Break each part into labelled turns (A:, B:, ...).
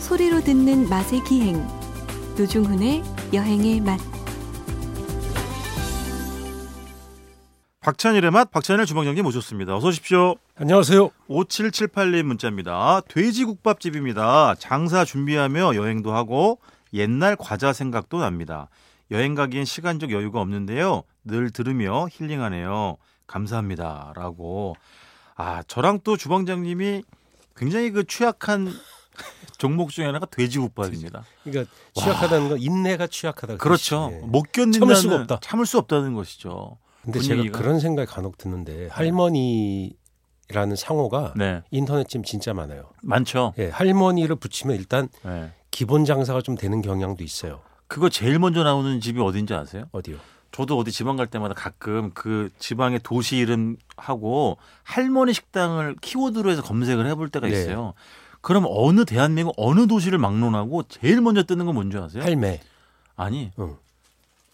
A: 소리로 듣는 맛의 기행 노중훈의 여행의 맛
B: 박찬일의 맛, 박찬일 주방장님 모셨습니다. 어서 오십시오.
C: 안녕하세요.
B: 5778님 문자입니다. 돼지국밥집입니다. 장사 준비하며 여행도 하고 옛날 과자 생각도 납니다. 여행 가기엔 시간적 여유가 없는데요. 늘 들으며 힐링하네요. 감사합니다. 라고. 아, 저랑 또 주방장님이 굉장히 그 취약한 종목 중에 하나가 돼지국밥입니다.
C: 그러니까 취약하다는 건 인내가 취약하다.
B: 그렇죠.
C: 예.
B: 못 견딘다는
C: 참을 수가 없다.
B: 참을 수 없다는 것이죠.
C: 근데
B: 분위기가.
C: 제가 그런 생각 간혹 드는데 할머니라는 상호가
B: 네.
C: 인터넷쯤 진짜 많아요.
B: 많죠.
C: 예, 할머니를 붙이면 일단
B: 네.
C: 기본 장사가 좀 되는 경향도 있어요.
B: 그거 제일 먼저 나오는 집이 어딘지 아세요?
C: 어디요?
B: 저도 어디 지방 갈 때마다 가끔 그 지방의 도시 이름하고 할머니 식당을 키워드로 해서 검색을 해볼 때가
C: 네.
B: 있어요. 그럼 어느 대한민국 어느 도시를 막론하고 제일 먼저 뜨는 건 뭔지 아세요?
C: 할매. 어.
B: 아니
C: 응.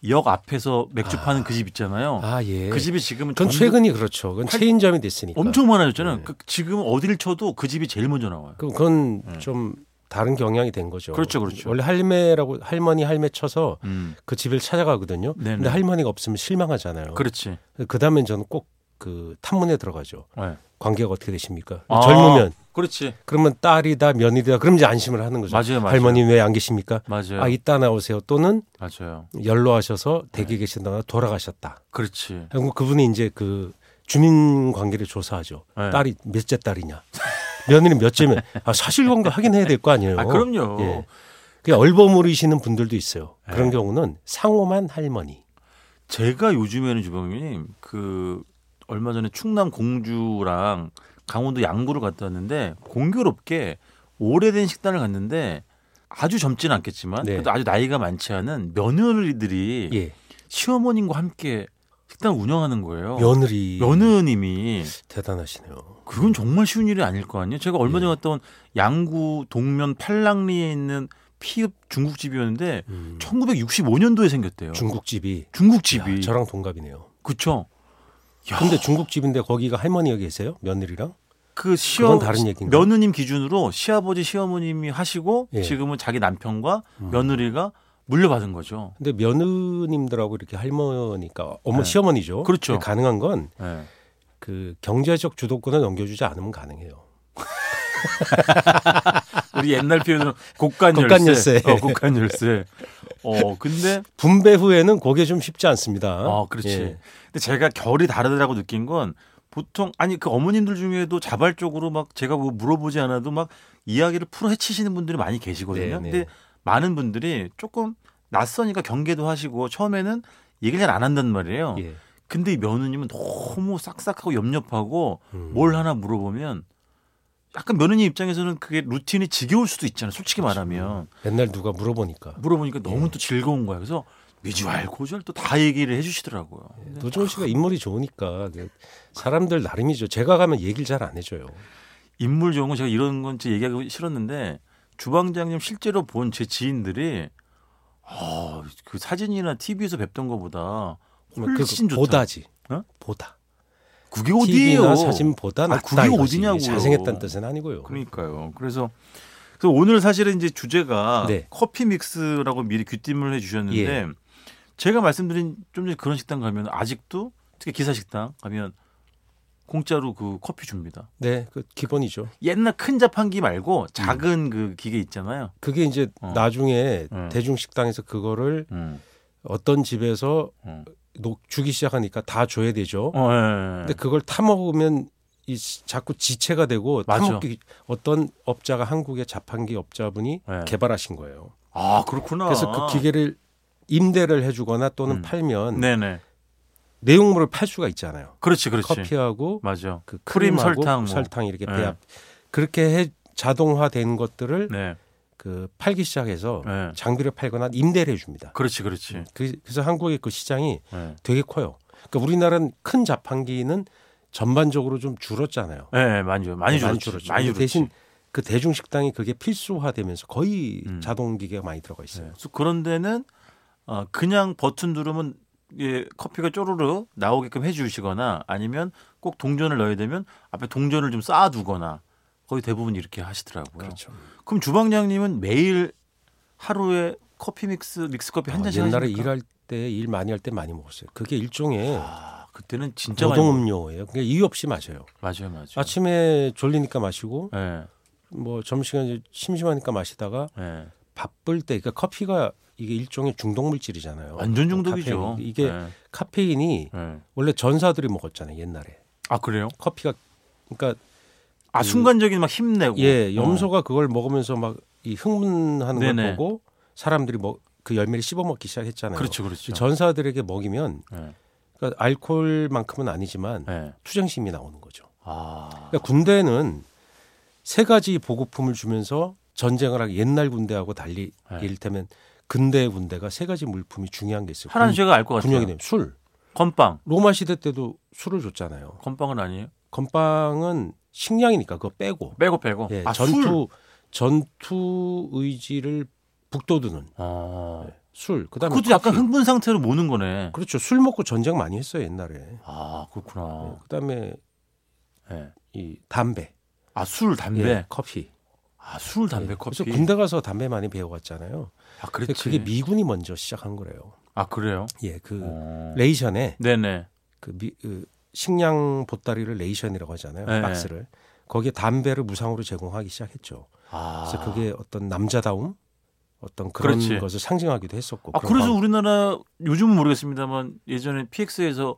B: 역 앞에서 맥주 파는 그 집 있잖아요.
C: 아 예.
B: 그 집이 지금은
C: 그건
B: 전국
C: 최근이 그렇죠. 그건
B: 팔-
C: 체인점이 됐으니까.
B: 엄청 많아졌잖아요.
C: 네.
B: 그 지금 어디를 쳐도 그 집이 제일 먼저 나와요.
C: 그럼 그건
B: 네.
C: 좀 다른 경향이 된 거죠.
B: 그렇죠, 그렇죠.
C: 원래 할매라고 할머니 할매 쳐서
B: 음,
C: 그 집을 찾아가거든요.
B: 네네.
C: 근데 할머니가 없으면 실망하잖아요.
B: 그렇지.
C: 그 다음엔 저는 꼭 그 탐문에 들어가죠.
B: 네.
C: 관계가 어떻게 되십니까?
B: 아.
C: 젊으면
B: 그렇지.
C: 그러면 딸이다 며느리다 그럼 이제 안심을 하는 거죠.
B: 맞아요, 맞아요.
C: 할머니 왜 안 계십니까?
B: 맞아요.
C: 아 이따 나오세요. 또는
B: 맞아요.
C: 연로하셔서
B: 네.
C: 댁에 계신다가 돌아가셨다.
B: 그렇지.
C: 그리고 그분이 이제 그 주민 관계를 조사하죠.
B: 네.
C: 딸이 몇째 딸이냐, 며느리 몇째면 아, 사실관계 확인해야 될 거 아니에요.
B: 아 그럼요. 네.
C: 예. 그 얼버무리시는 분들도 있어요. 그런 경우는 상호만 할머니.
B: 제가 요즘에는 주방님 그 얼마 전에 충남 공주랑 강원도 양구를 갔다 왔는데 공교롭게 오래된 식당을 갔는데 아주 젊지는 않겠지만
C: 네.
B: 그래도 아주 나이가 많지 않은 며느리들이
C: 예.
B: 시어머님과 함께 식당 을 운영하는 거예요.
C: 며느리.
B: 어. 며느님이
C: 대단하시네요.
B: 그건 정말 쉬운 일이 아닐 거 아니에요. 제가
C: 예.
B: 얼마 전에 갔다 온 양구 동면 팔랑리에 있는 피읍 중국집이었는데
C: 음,
B: 1965년도에 생겼대요.
C: 중국집이
B: 중국집이
C: 야, 저랑 동갑이네요.
B: 그쵸? 야.
C: 근데 중국집인데 거기가 할머니가 계세요? 며느리랑?
B: 그 시어
C: 그건 다른 얘기인가요?
B: 며느님 기준으로 시아버지 시어머님이 하시고
C: 예. 음.
B: 지금은 자기 남편과 며느리가 물려받은 거죠.
C: 근데 며느님들하고 이렇게 할머니까 어머
B: 네.
C: 시어머니죠.
B: 그렇죠.
C: 가능한
B: 예.
C: 건 그 경제적 주도권을 넘겨주지 않으면 가능해요.
B: 우리 옛날 표현으로 곡간 열쇠.
C: 곡간 열쇠.
B: 어, 곡간 열쇠. 어, 근데
C: 분배 후에는 그게 좀 쉽지 않습니다.
B: 아, 그렇지.
C: 예.
B: 근데 제가 결이 다르다고 느낀 건 보통 아니 그 어머님들 중에도 자발적으로 막 제가 뭐 물어보지 않아도 막 이야기를 풀어 헤치시는 분들이 많이 계시거든요.
C: 네, 네.
B: 근데 많은 분들이 조금 낯서니까 경계도 하시고 처음에는 얘기를 잘 안 한단 말이에요.
C: 예.
B: 근데 이 며느님은 너무 싹싹하고 염렵하고
C: 음.
B: 뭘 하나 물어보면 약간 며느님 입장에서는 그게 루틴이 지겨울 수도 있잖아요. 솔직히
C: 그렇죠.
B: 말하면
C: 맨날 누가 물어보니까
B: 물어보니까 너무 또 즐거운 거야. 그래서 미주알 고주알 또 다 얘기를 해주시더라고요. 근데
C: 노종 씨가 인물이 좋으니까 그 사람들 나름이죠. 제가 가면 얘기를 잘 안 해줘요.
B: 인물 좋은 건 제가 이런 건지 얘기하기 싫었는데 주방장님 실제로 본 제 지인들이 어, 그 사진이나 TV에서 뵙던 것보다 훨씬
C: 그
B: 좋다.
C: 보다지.
B: 어?
C: 보다.
B: 그게
C: TV나
B: 어디예요?
C: 사진보다 낫다.
B: 그게
C: 이거지.
B: 어디냐고요.
C: 잘생겼다는 뜻은 아니고요.
B: 그러니까요. 그래서 그래서 오늘 사실은 이제 주제가
C: 네.
B: 커피 믹스라고 미리 귀띔을 해주셨는데
C: 예.
B: 제가 말씀드린 좀 전에 그런 식당 가면 아직도 특히 기사 식당 가면 공짜로 그 커피 줍니다.
C: 네, 그 기본이죠.
B: 옛날 큰 자판기 말고 작은 그 기계 있잖아요.
C: 그게 이제
B: 어.
C: 나중에
B: 음.
C: 대중식당에서 그거를
B: 음.
C: 어떤 집에서
B: 음.
C: 녹 주기 시작하니까 다 줘야 되죠.
B: 어, 예, 예.
C: 근데 그걸 타먹으면 이 시- 자꾸 지체가 되고
B: 맞아.
C: 타먹기 어떤 업자가 한국의 자판기 업자분이
B: 네.
C: 개발하신 거예요.
B: 아 그렇구나.
C: 그래서 그 기계를 임대를 해주거나 또는
B: 음.
C: 팔면
B: 네네.
C: 내용물을 팔 수가 있잖아요.
B: 그렇지 그렇지.
C: 커피하고
B: 맞아.
C: 그
B: 크림,
C: 크림하고
B: 설탕, 뭐.
C: 설탕 이렇게
B: 네.
C: 배합 그렇게 해 자동화된 것들을
B: 네.
C: 그 팔기 시작해서
B: 네.
C: 장비를 팔거나 임대를 해줍니다.
B: 그렇지 그렇지.
C: 그, 래서 한국의 그 시장이
B: 예.
C: 되게 커요. 그러니까 우리나라는 큰 자판기는 전반적으로 좀 줄었잖아요. 네,
B: 예, 예, 많이 줄 많이 줄었죠. 많이
C: 근데
B: 줄었지.
C: 대신 그 대중 식당이 그게 필수화되면서 거의
B: 음.
C: 자동 기계가 많이 들어가 있어요.
B: 네. 그래서 그런 데는 어, 그냥 버튼 누르면 예, 커피가 쪼르르 나오게끔 해주시거나 아니면 꼭 동전을 넣어야 되면 앞에 동전을 좀 쌓아두거나 거의 대부분 이렇게 하시더라고요.
C: 그렇죠.
B: 그럼 주방장님은 매일 하루에 커피 믹스 믹스 커피 한
C: 어,
B: 잔씩
C: 옛날에
B: 하십니까?
C: 일할 때 일 많이 할 때 많이 먹었어요. 그게 일종의
B: 아, 그때는 진짜 많이 그렇죠. 먹-
C: 노동음료예요. 그러니까 이유 없이 마셔요.
B: 맞아요, 맞아요.
C: 아침에 졸리니까 마시고
B: 예.
C: 뭐 점심시간 이제 심심하니까 마시다가
B: 예.
C: 바쁠 때 그러니까 커피가 이게 일종의 중독 물질이잖아요. 그
B: 완전 중독이죠.
C: 뭐 카페인. 이게
B: 예.
C: 카페인이
B: 예.
C: 원래 전사들이 먹었잖아요 옛날에
B: 아 그래요?
C: 커피가 그러니까
B: 아
C: 그-
B: 순간적인 막 힘내고
C: 예 염소가 그걸 먹으면서 막 이 흥분하는
B: 어. 네네.
C: 걸 보고 사람들이 뭐그 열매를 씹어 먹기
B: 어.
C: 시작했잖아요.
B: 그렇죠, 그렇죠.
C: 전사들에게 먹이면
B: 예.
C: 그러니까 알코올만큼은 아니지만
B: 예.
C: 투쟁심이 나오는 거죠.
B: 아,
C: 그러니까 군대는 세 가지 보급품을 주면서 전쟁을 하기 옛날 군대하고 달리
B: 네.
C: 이를테면 근대 군대가 세 가지 물품이 중요한 게 있어요.
B: 하나는
C: 군-
B: 제가 알 것 같아요.
C: 군용이 되면 술.
B: 건빵,
C: 로마 시대 때도 술을 줬잖아요.
B: 건빵은 아니에요?
C: 건빵은 식량이니까 그거 빼고
B: 빼고 빼고.
C: 예,
B: 아,
C: 전투
B: 술.
C: 전투 의지를 북돋우는
B: 아,
C: 술. 그다음에
B: 그것도 약간
C: 커피.
B: 흥분 상태로 모는 거네.
C: 그렇죠. 술 먹고 전쟁 많이 했어요 옛날에.
B: 아,
C: 예,
B: 그렇구나.
C: 그다음에
B: 예.
C: 이 담배,
B: 아, 술, 담배.
C: 예, 커피.
B: 아, 술, 담배,
C: 예,
B: 커피.
C: 그래서 군대 가서 담배 많이 배워갔잖아요.
B: 아,
C: 근데
B: 그렇지.
C: 그게 미군이 먼저 시작한 거래요.
B: 아, 그래요?
C: 예, 그
B: 어.
C: 레이션에
B: 네네.
C: 그, 미, 그 식량 보따리를 레이션이라고 하잖아요.
B: 네.
C: 박스를 거기에 담배를 무상으로 제공하기 시작했죠.
B: 아,
C: 그래서 그게 어떤 남자다움 어떤 그런
B: 그렇지.
C: 것을 상징하기도 했었고.
B: 아,
C: 뭐 그런
B: 그래서
C: 방-
B: 우리나라 요즘은 모르겠습니다만 예전에 PX에서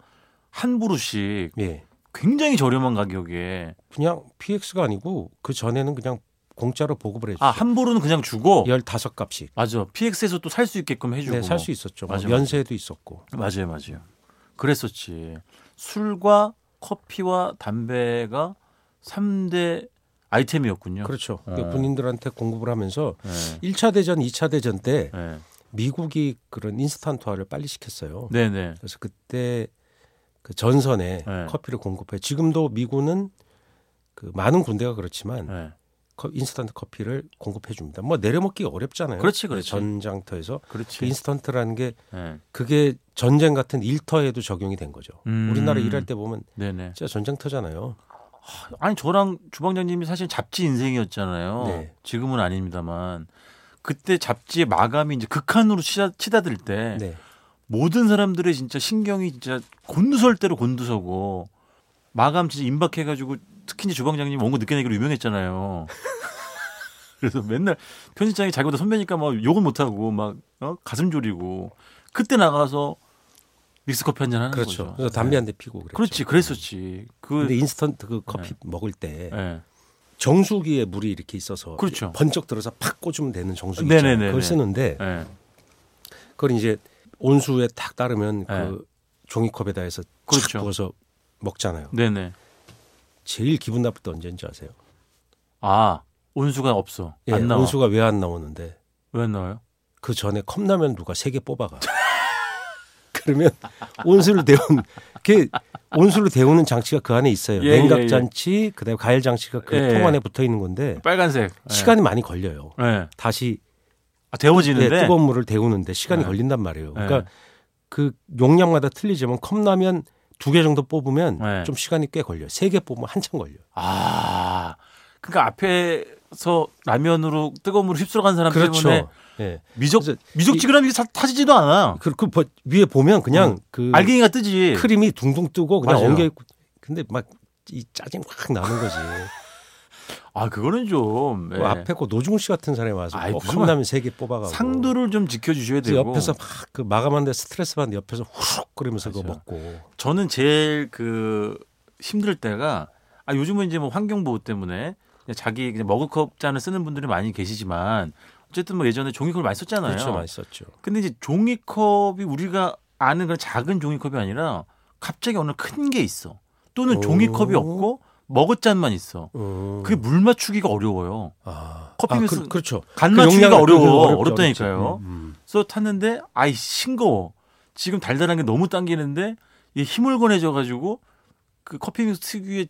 B: 한 부루씩
C: 예,
B: 굉장히 저렴한 가격에
C: 그냥 PX가 아니고 그 전에는 그냥 공짜로 보급을 해주죠.
B: 아, 한 부루는 그냥 주고
C: 열다섯 값씩.
B: 맞아. PX에서 또 살 수 있게끔 해주고.
C: 네, 살 수 있었죠. 뭐
B: 맞아, 맞아.
C: 연세도 있었고.
B: 맞아요, 맞아요. 그랬었지. 술과 커피와 담배가 3대 아이템이었군요.
C: 그렇죠.
B: 어.
C: 그러니까 군인들한테 공급을 하면서
B: 네.
C: 일 차 대전, 이 차 대전 때
B: 네.
C: 미국이 그런 인스턴트화를 빨리 시켰어요.
B: 네네.
C: 그래서 그때 그 전선에
B: 네.
C: 커피를 공급해 지금도 미군은 그 많은 군대가 그렇지만
B: 네.
C: 커- 인스턴트 커피를 공급해 줍니다. 뭐 내려먹기 어렵잖아요.
B: 그렇지, 그렇지.
C: 전장터에서 그
B: 그렇지.
C: 인스턴트라는 게
B: 네.
C: 그게 전쟁 같은 일터에도 적용이 된 거죠.
B: 음.
C: 우리나라 일할 때 보면
B: 네네.
C: 진짜 전장터잖아요.
B: 아니 저랑 주방장님이 사실 잡지 인생이었잖아요.
C: 네.
B: 지금은 아닙니다만 그때 잡지의 마감이 이제 극한으로 치다, 치다들 때
C: 네.
B: 모든 사람들의 진짜 신경이 진짜 곤두설 대로 곤두서고 마감 진짜 임박해가지고 특히 이제 주방장님 원고 늦게 내기로 유명했잖아요. 그래서 맨날 편집장이 자기보다 선배니까 막 욕은 못하고 막 어? 가슴 졸이고 그때 나가서 믹스커피 한잔 하는
C: 그렇죠.
B: 거죠. 네.
C: 그래서 담배 한 대 피고 그랬죠.
B: 렇지 그랬었지. 그
C: 근데 인스턴트 그
B: 네.
C: 커피 먹을 때
B: 예.
C: 정수기에 물이 이렇게 있어서
B: 그렇죠.
C: 번쩍 들어서 팍 꽂으면 되는 정수기
B: 네네네네.
C: 있잖아요. 그걸 쓰는데
B: 예.
C: 그걸 이제 온수에 딱 따르면
B: 네.
C: 그 종이컵에다 해서
B: 그렇죠.
C: 착 부어서 먹잖아요.
B: 네네.
C: 제일 기분 나쁠 때 언제인지 아세요?
B: 아 온수가 없어.
C: 예,
B: 안 나와.
C: 온수가 왜 안 나오는데
B: 왜 안 나와요?
C: 그 전에 컵라면 누가 세 개 뽑아가. 그러면 온수를 데운 그 온수를 데우는 장치가 그 안에 있어요.
B: 예, 예, 예.
C: 냉각 장치, 그다음에 가열 장치가 그
B: 예,
C: 통
B: 예.
C: 안에 붙어 있는 건데
B: 빨간색. 예.
C: 시간이 많이 걸려요.
B: 예.
C: 다시
B: 아,
C: 네,
B: 데워지는데.
C: 뜨거운 물을 데우는데 시간이
B: 네.
C: 걸린단 말이에요. 그러니까
B: 예.
C: 그 용량마다 틀리지만 컵라면 두 개 정도 뽑으면
B: 네.
C: 좀 시간이 꽤 걸려요. 세 개 뽑으면 한참 걸려요.
B: 아, 그러니까 앞에서 라면으로 뜨거운 물을 휩쓸어 간 사람 때문에
C: 예.
B: 미적
C: 그래서
B: 미적지근함이 사- 타지지도 않아.
C: 그, 그 버- 위에 보면 그냥 그
B: 어. 알갱이가 뜨지.
C: 크림이 둥둥 뜨고 그냥
B: 예. 맞아요.
C: 엉겨 있고 근데 막 이 짜증 확 나는 거지.
B: 아, 그거는 좀
C: 그
B: 예.
C: 앞에 거 노중훈 씨 같은 사람이 와서
B: 아이,
C: 뭐
B: 무슨
C: 컵라면 세 개 뽑아가고
B: 상도를 좀 지켜 주셔야
C: 그래서
B: 되고.
C: 옆에서 막 그 마감하는데 스트레스 받는데 옆에서 후룩 끓이면서 그거
B: 맞아요.
C: 먹고
B: 저는 제일 그 힘들 때가 아, 요즘은 이제 뭐 환경 보호 때문에 그냥 자기 그냥 머그컵 잔을 쓰는 분들이 많이 계시지만 어쨌든 뭐 예전에 종이컵을 많이 썼잖아요.
C: 그렇죠 많이 썼죠.
B: 근데 이제 종이컵이 우리가 아는 그런 작은 종이컵이 아니라 갑자기 어느 큰 게 있어. 또는
C: 오.
B: 종이컵이 없고 머그잔만 있어.
C: 음.
B: 그게 물 맞추기가 어려워요.
C: 아,
B: 커피
C: 아,
B: 믹스-
C: 그, 그렇죠.
B: 간
C: 그
B: 맞추기가
C: 용량을-
B: 어려워.
C: 그 어렵죠,
B: 어렵다니까요.
C: 어렵죠. 음, 음.
B: 그래서 탔는데 아이 싱거워. 지금 달달한 게 너무 당기는데 이 힘을 건해져 가지고 그 커피 믹스 특유의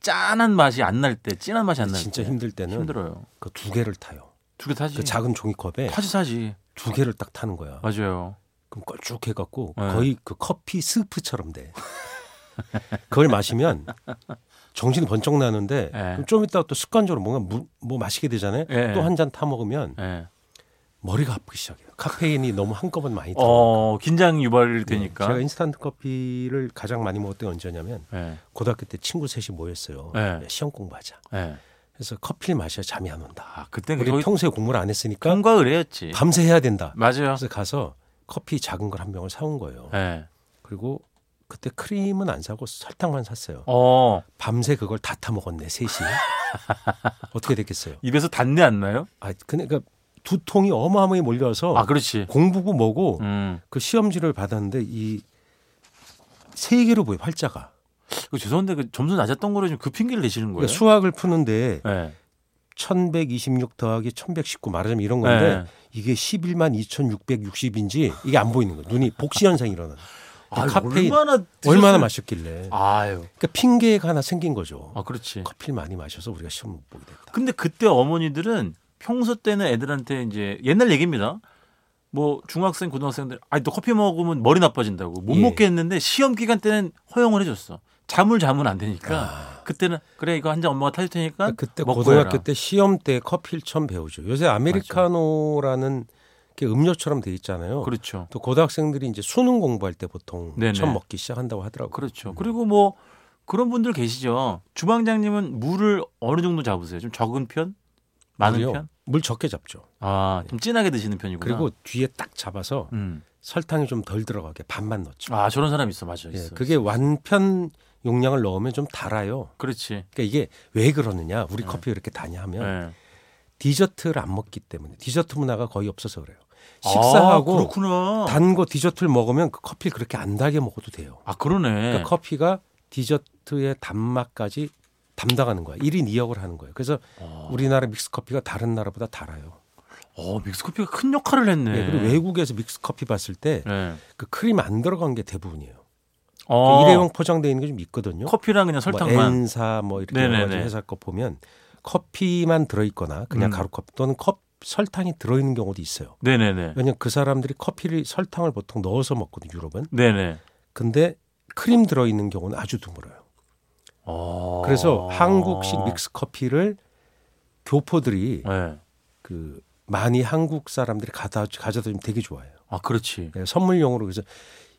B: 짠한 맛이 안 날 때, 진한 맛이 안 날 때.
C: 진짜 힘들 때는
B: 힘들어요.
C: 그 두 개를 타요.
B: 두 개 타지.
C: 그 작은 종이컵에
B: 타지 타지.
C: 두 개를 딱 타는 거야.
B: 맞아요.
C: 그럼 껄쭉해 갖고
B: 네.
C: 거의 그 커피 스프처럼 돼. 그걸 마시면 정신이 번쩍 나는데
B: 예.
C: 그럼 좀 이따가 또 습관적으로 뭔가 무- 뭐 마시게 되잖아요.
B: 예.
C: 또 한 잔 타 먹으면
B: 예.
C: 머리가 아프기 시작해요. 카페인이 너무 한꺼번에 많이 들어.
B: 어, 그러니까. 긴장 유발일 테니까.
C: 제가 인스턴트 커피를 가장 많이 먹었던 게 언제냐면
B: 예.
C: 고등학교 때 친구 셋이 모였어요.
B: 네.
C: 시험 공부하자.
B: 예.
C: 그래서 커피를 마셔야 잠이 안 온다.
B: 아, 그때
C: 우리
B: 거의
C: 평소에 공부를 안 했으니까
B: 통과을 해야지.
C: 밤새 해야 된다.
B: 맞아요.
C: 그래서 가서 커피 작은 걸 한 병을 사온 거예요.
B: 예.
C: 그리고 그때 크림은 안 사고 설탕만 샀어요.
B: 어,
C: 밤새 그걸 다 타먹었네 셋이. 어떻게 됐겠어요?
B: 입에서 단내 안 나요?
C: 아, 근데 그러니까 두통이 어마어마하게 몰려와서
B: 아, 그렇지.
C: 공부고 뭐고
B: 음.
C: 그 시험지를 받았는데 이 세 개로 보여 활자가.
B: 그 죄송한데 그 점수 낮았던 거를 좀그 핑계를 내시는 거예요?
C: 그러니까 수학을 푸는데
B: 예.
C: 1126 더하기 1119 말하자면 이런 건데
B: 예.
C: 이게 11만 2660인지 이게 안 보이는 거예요. 눈이 복시 현상이 일어나는.
B: 아,
C: 카페인 얼마나,
B: 얼마나 드셨어요?
C: 마셨길래.
B: 아유.
C: 그러니까 핑계가 하나 생긴 거죠.
B: 아, 그렇지.
C: 커피를 많이 마셔서 우리가 시험 못 보게 됐다.
B: 근데 그때 어머니들은 평소 때는 애들한테 이제 옛날 얘기입니다. 뭐 중학생 고등학생들 아니 너 커피 먹으면 머리 나빠진다고 못
C: 예.
B: 먹게 했는데 시험 기간 때는 허용을 해줬어. 잠을 자면 안 되니까 그때는 그래 이거 한 잔 엄마가 타줄 테니까
C: 그러니까 그때
B: 아. 먹고
C: 고등학교
B: 해라.
C: 때 시험 때 커피를 처음 배우죠. 요새 아메리카노라는 게 음료처럼 돼 있잖아요.
B: 그렇죠
C: 또 고등학생들이 이제 수능 공부할 때 보통
B: 네네.
C: 처음 먹기 시작한다고 하더라고요.
B: 그렇죠 그리고 뭐 그런 분들 계시죠 주방장님은 물을 어느 정도 잡으세요 좀 적은 편 많은
C: 물이요?
B: 편
C: 물 적게 잡죠.
B: 아좀 진하게 드시는 편이구나
C: 그리고 뒤에 딱 잡아서
B: 음.
C: 설탕이 좀 덜 들어가게 반만 넣죠.
B: 아 저런 사람 있어 맞아 요
C: 예, 그게 완편 용량을 넣으면 좀 달아요.
B: 그렇지
C: 그러니까 이게 왜 그러느냐?
B: 네.
C: 우리 커피 왜 이렇게 다냐 하면
B: 예.
C: 디저트를 안 먹기 때문에 디저트 문화가 거의 없어서 그래요.
B: 아,
C: 식사하고
B: 그렇구나
C: 어. 단 거 디저트를 먹으면 그 커피를 그렇게 안 달게 먹어도 돼요.
B: 아 그러네
C: 그러니까 커피가 디저트의 단맛까지 담당하는 거야. 1인 2역을 하는 거예요. 그래서
B: 어.
C: 우리나라 믹스 커피가 다른 나라보다 달아요.
B: 어, 믹스커피가 큰 역할을 했네.
C: 예, 그리고 외국에서 믹스 커피 봤을 때 그
B: 네.
C: 크림 안 들어간 게 대부분이에요.
B: 어,
C: 그 일회용 포장돼 있는 게 좀 있거든요.
B: 커피랑 그냥 설탕만.
C: 뭐 엔사 뭐 이렇게 여러
B: 네네네.
C: 가지 회사 거 보면 커피만 들어있거나
B: 음.
C: 그냥 가루컵 또는 컵 설탕이 들어있는 경우도 있어요.
B: 네네네.
C: 왜냐면 그 사람들이 커피를 설탕을 보통 넣어서 먹거든요. 유럽은.
B: 네네.
C: 근데 크림 들어있는 경우는 아주 드물어요.
B: 어.
C: 그래서 한국식 믹스 커피를 교포들이
B: 네.
C: 그 많이 한국 사람들이 가다 가져다 주면 되게 좋아해요.
B: 아, 그렇지.
C: 예, 선물용으로 그래서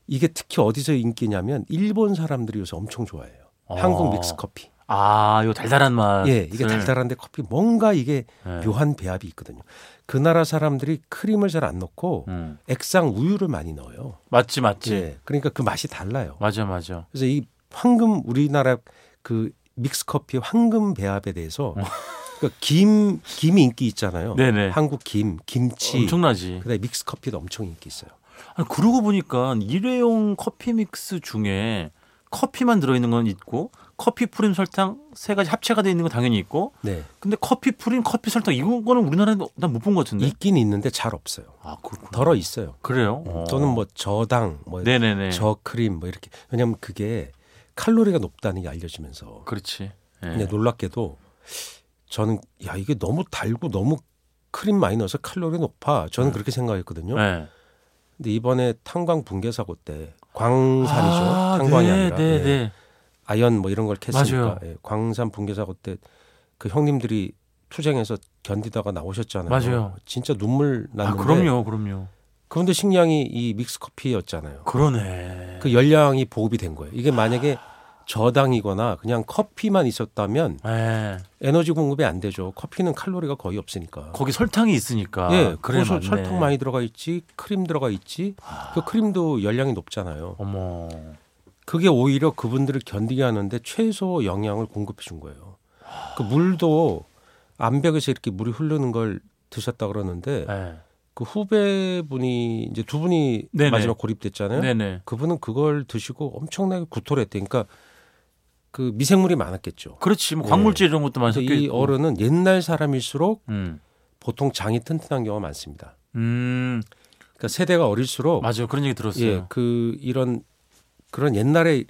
C: 이게 특히 어디서 인기냐면 일본 사람들이 요새 엄청 좋아해요.
B: 어.
C: 한국 믹스 커피.
B: 아, 요 달달한 맛.
C: 예, 이게 달달한데 커피 뭔가 이게
B: 네.
C: 묘한 배합이 있거든요. 그 나라 사람들이 크림을 잘 안 넣고
B: 음.
C: 액상 우유를 많이 넣어요.
B: 맞지, 맞지.
C: 예. 그러니까 그 맛이 달라요.
B: 맞아, 맞아.
C: 그래서 이 황금 우리나라 그 믹스 커피 황금 배합에 대해서 그러니까 김 김이 인기 있잖아요.
B: 어. 네네.
C: 한국 김, 김치,
B: 엄청나지.
C: 그다음에 믹스 커피도 엄청 인기 있어요.
B: 아니, 그러고 보니까 일회용 커피 믹스 중에 커피만 들어있는 건 있고 커피 프림 설탕 세 가지 합체가 돼 있는 건 당연히 있고
C: 네.
B: 근데 커피 프림 커피 설탕 이건 거는 우리나라에 난 못 본 것 같은데
C: 있긴 있는데 잘 없어요.
B: 아 그렇구나
C: 덜어 있어요.
B: 그래요 어.
C: 또는 뭐 저당, 뭐
B: 네네네.
C: 저크림 뭐 이렇게. 왜냐면 그게 칼로리가 높다는 게 알려지면서
B: 그렇지. 예.
C: 근데 놀랍게도 저는 야 이게 너무 달고 너무 크림 많이 넣어서 칼로리 높아. 저는 그렇게 생각했거든요.
B: 네.
C: 근데 이번에 탄광 붕괴 사고 때 광산이죠.
B: 아,
C: 탄광이
B: 네,
C: 아니라
B: 네,
C: 예.
B: 네.
C: 아연 뭐 이런 걸
B: 맞아요.
C: 캤으니까 예. 광산 붕괴 사고 때 그 형님들이 투쟁해서 견디다가 나오셨잖아요.
B: 맞아요.
C: 진짜 눈물
B: 아,
C: 났는데.
B: 그럼요, 그럼요.
C: 그런데 식량이 이 믹스 커피였잖아요.
B: 그러네.
C: 그 열량이 보급이 된 거예요. 이게 만약에 저당이거나 그냥 커피만 있었다면
B: 예.
C: 에너지 공급이 안 되죠. 커피는 칼로리가 거의 없으니까.
B: 거기 설탕이 있으니까.
C: 예,
B: 아, 그래
C: 그래서
B: 맞네.
C: 설탕 많이 들어가 있지, 크림 들어가 있지. 그 크림도 열량이 높잖아요.
B: 어머.
C: 그게 오히려 그분들을 견디게 하는데 최소 영양을 공급해 준 거예요. 그 물도 암벽에서 이렇게 물이 흐르는 걸 드셨다 그러는데
B: 예.
C: 그 후배분이 이제 두 분이
B: 네네.
C: 마지막 고립됐잖아요.
B: 네, 네.
C: 그분은 그걸 드시고 엄청나게 구토를 했대. 그러니까 그 미생물이 많았겠죠.
B: 그렇지. 뭐
C: 예.
B: 광물질 이런 것도 많이
C: 그래서
B: 섞여
C: 이
B: 있고.
C: 어른은 옛날 사람일수록
B: 음.
C: 보통 장이 튼튼한 경우가 많습니다.
B: 음.
C: 그러니까 세대가 어릴수록
B: 맞아요. 그런 얘기 들었어요.
C: 예, 그 이런 그런 옛날에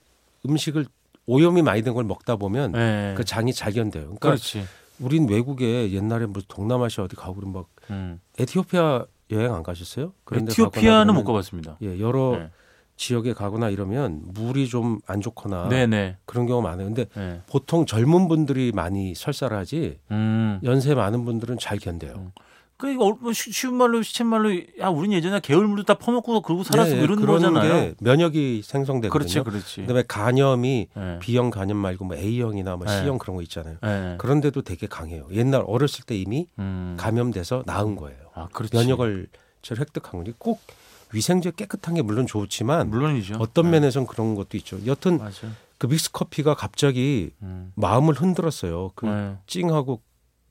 C: 음식을 오염이 많이 된 걸 먹다 보면
B: 예.
C: 그 장이 잘 견뎌요. 그러니까
B: 그렇지.
C: 우린 외국에 옛날에 무슨 동남아시아 어디 가고 그러면 막
B: 음.
C: 에티오피아 여행 안 가셨어요? 그러니까 그런데
B: 에티오피아는
C: 가거나
B: 못
C: 그러면
B: 가봤습니다.
C: 예, 여러
B: 예.
C: 지역에 가거나 이러면 물이 좀 안 좋거나
B: 네네.
C: 그런 경우 많아요. 근데
B: 네.
C: 보통 젊은 분들이 많이 설사를 하지
B: 음.
C: 연세 많은 분들은 잘 견뎌요.
B: 그 이거 얼- 뭐 쉬- 쉬운 말로 시친 말로 야 우린 예전에 개울물도 다 퍼먹고 그러고 살았어 뭐
C: 네,
B: 이런
C: 그런
B: 거잖아요.
C: 게 면역이 생성되거든요.
B: 그렇지, 그렇지.
C: 그다음에 간염이
B: 네.
C: B형 간염 말고 뭐 A형이나 뭐
B: 네.
C: C형 그런 거 있잖아요.
B: 네.
C: 그런데도 되게 강해요. 옛날 어렸을 때 이미
B: 음.
C: 감염돼서 나은 거예요.
B: 아, 그렇지.
C: 면역을 잘 획득한 거니 꼭 위생제 깨끗한 게 물론 좋지만
B: 물론이죠.
C: 어떤
B: 네.
C: 면에선 그런 것도 있죠. 여튼
B: 맞아.
C: 그 믹스 커피가 갑자기
B: 음.
C: 마음을 흔들었어요. 그
B: 네.
C: 찡하고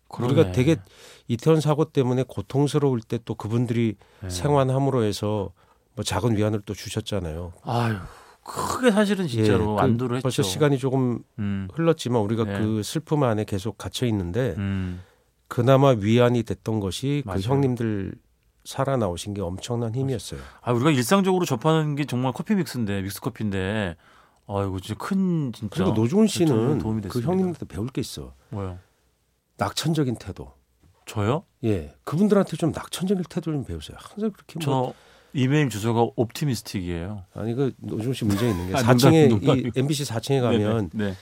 B: 그러네.
C: 우리가 되게 이태원 사고 때문에 고통스러울 때 또 그분들이
B: 네.
C: 생환함으로 해서 뭐 작은 위안을 또 주셨잖아요.
B: 아유 크게 사실은
C: 예, 그
B: 진짜로 안도를 했죠.
C: 벌써 시간이 조금
B: 음.
C: 흘렀지만 우리가
B: 네.
C: 그 슬픔 안에 계속 갇혀 있는데
B: 음.
C: 그나마 위안이 됐던 것이
B: 맞아요.
C: 그 형님들 살아나오신 게 엄청난 힘이었어요.
B: 아 우리가 일상적으로 접하는 게 정말 커피 믹스인데 믹스 커피인데 아이고 진짜 큰 진짜
C: 그리고 노중훈
B: 저는
C: 씨는
B: 그렇죠. 도움이
C: 그
B: 됐습니다.
C: 형님한테 배울 게 있어.
B: 뭐요?
C: 낙천적인 태도.
B: 저요?
C: 예, 그분들한테 좀 낙천적인 태도를 좀 배우세요. 항상 그렇게
B: 저
C: 뭐
B: 이메일 주소가 옵티미스틱이에요.
C: 아니 그 노중 씨 문제 있는 게
B: 아,
C: 4층에
B: 농담, 농담이고.
C: 이 MBC 4층에 가면
B: 네, 네.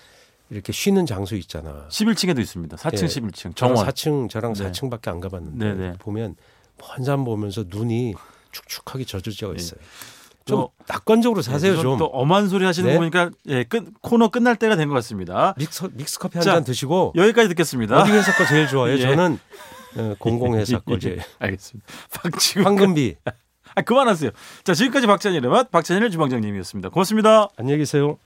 C: 이렇게 쉬는 장소 있잖아.
B: 11층에도 있습니다. 4층
C: 예.
B: 11층
C: 저랑
B: 정원.
C: 4층 저랑
B: 네.
C: 4층밖에 안 가봤는데
B: 네, 네.
C: 보면 먼산 보면서 눈이 축축하게 젖을 때가
B: 네.
C: 있어요. 좀
B: 또-
C: 낙관적으로 사세요
D: 그래서
C: 좀.
D: 또 엄한 소리 하시는
C: 네.
D: 거 보니까 예, 끝 코너 끝날 때가 된 것 같습니다.
C: 믹스 믹스 커피
D: 자,
C: 한 잔 드시고
D: 여기까지 듣겠습니다.
C: 어디 회사 거 제일 좋아해요?
D: 예.
C: 저는 어, 공공회사
B: 예,
C: 거 이제
D: 알겠습니다. 박지훈
C: 황금비.
D: 아, 그만하세요. 자, 지금까지 박찬일의 맛, 박찬일 주방장님이었습니다. 고맙습니다.
C: 안녕히 계세요.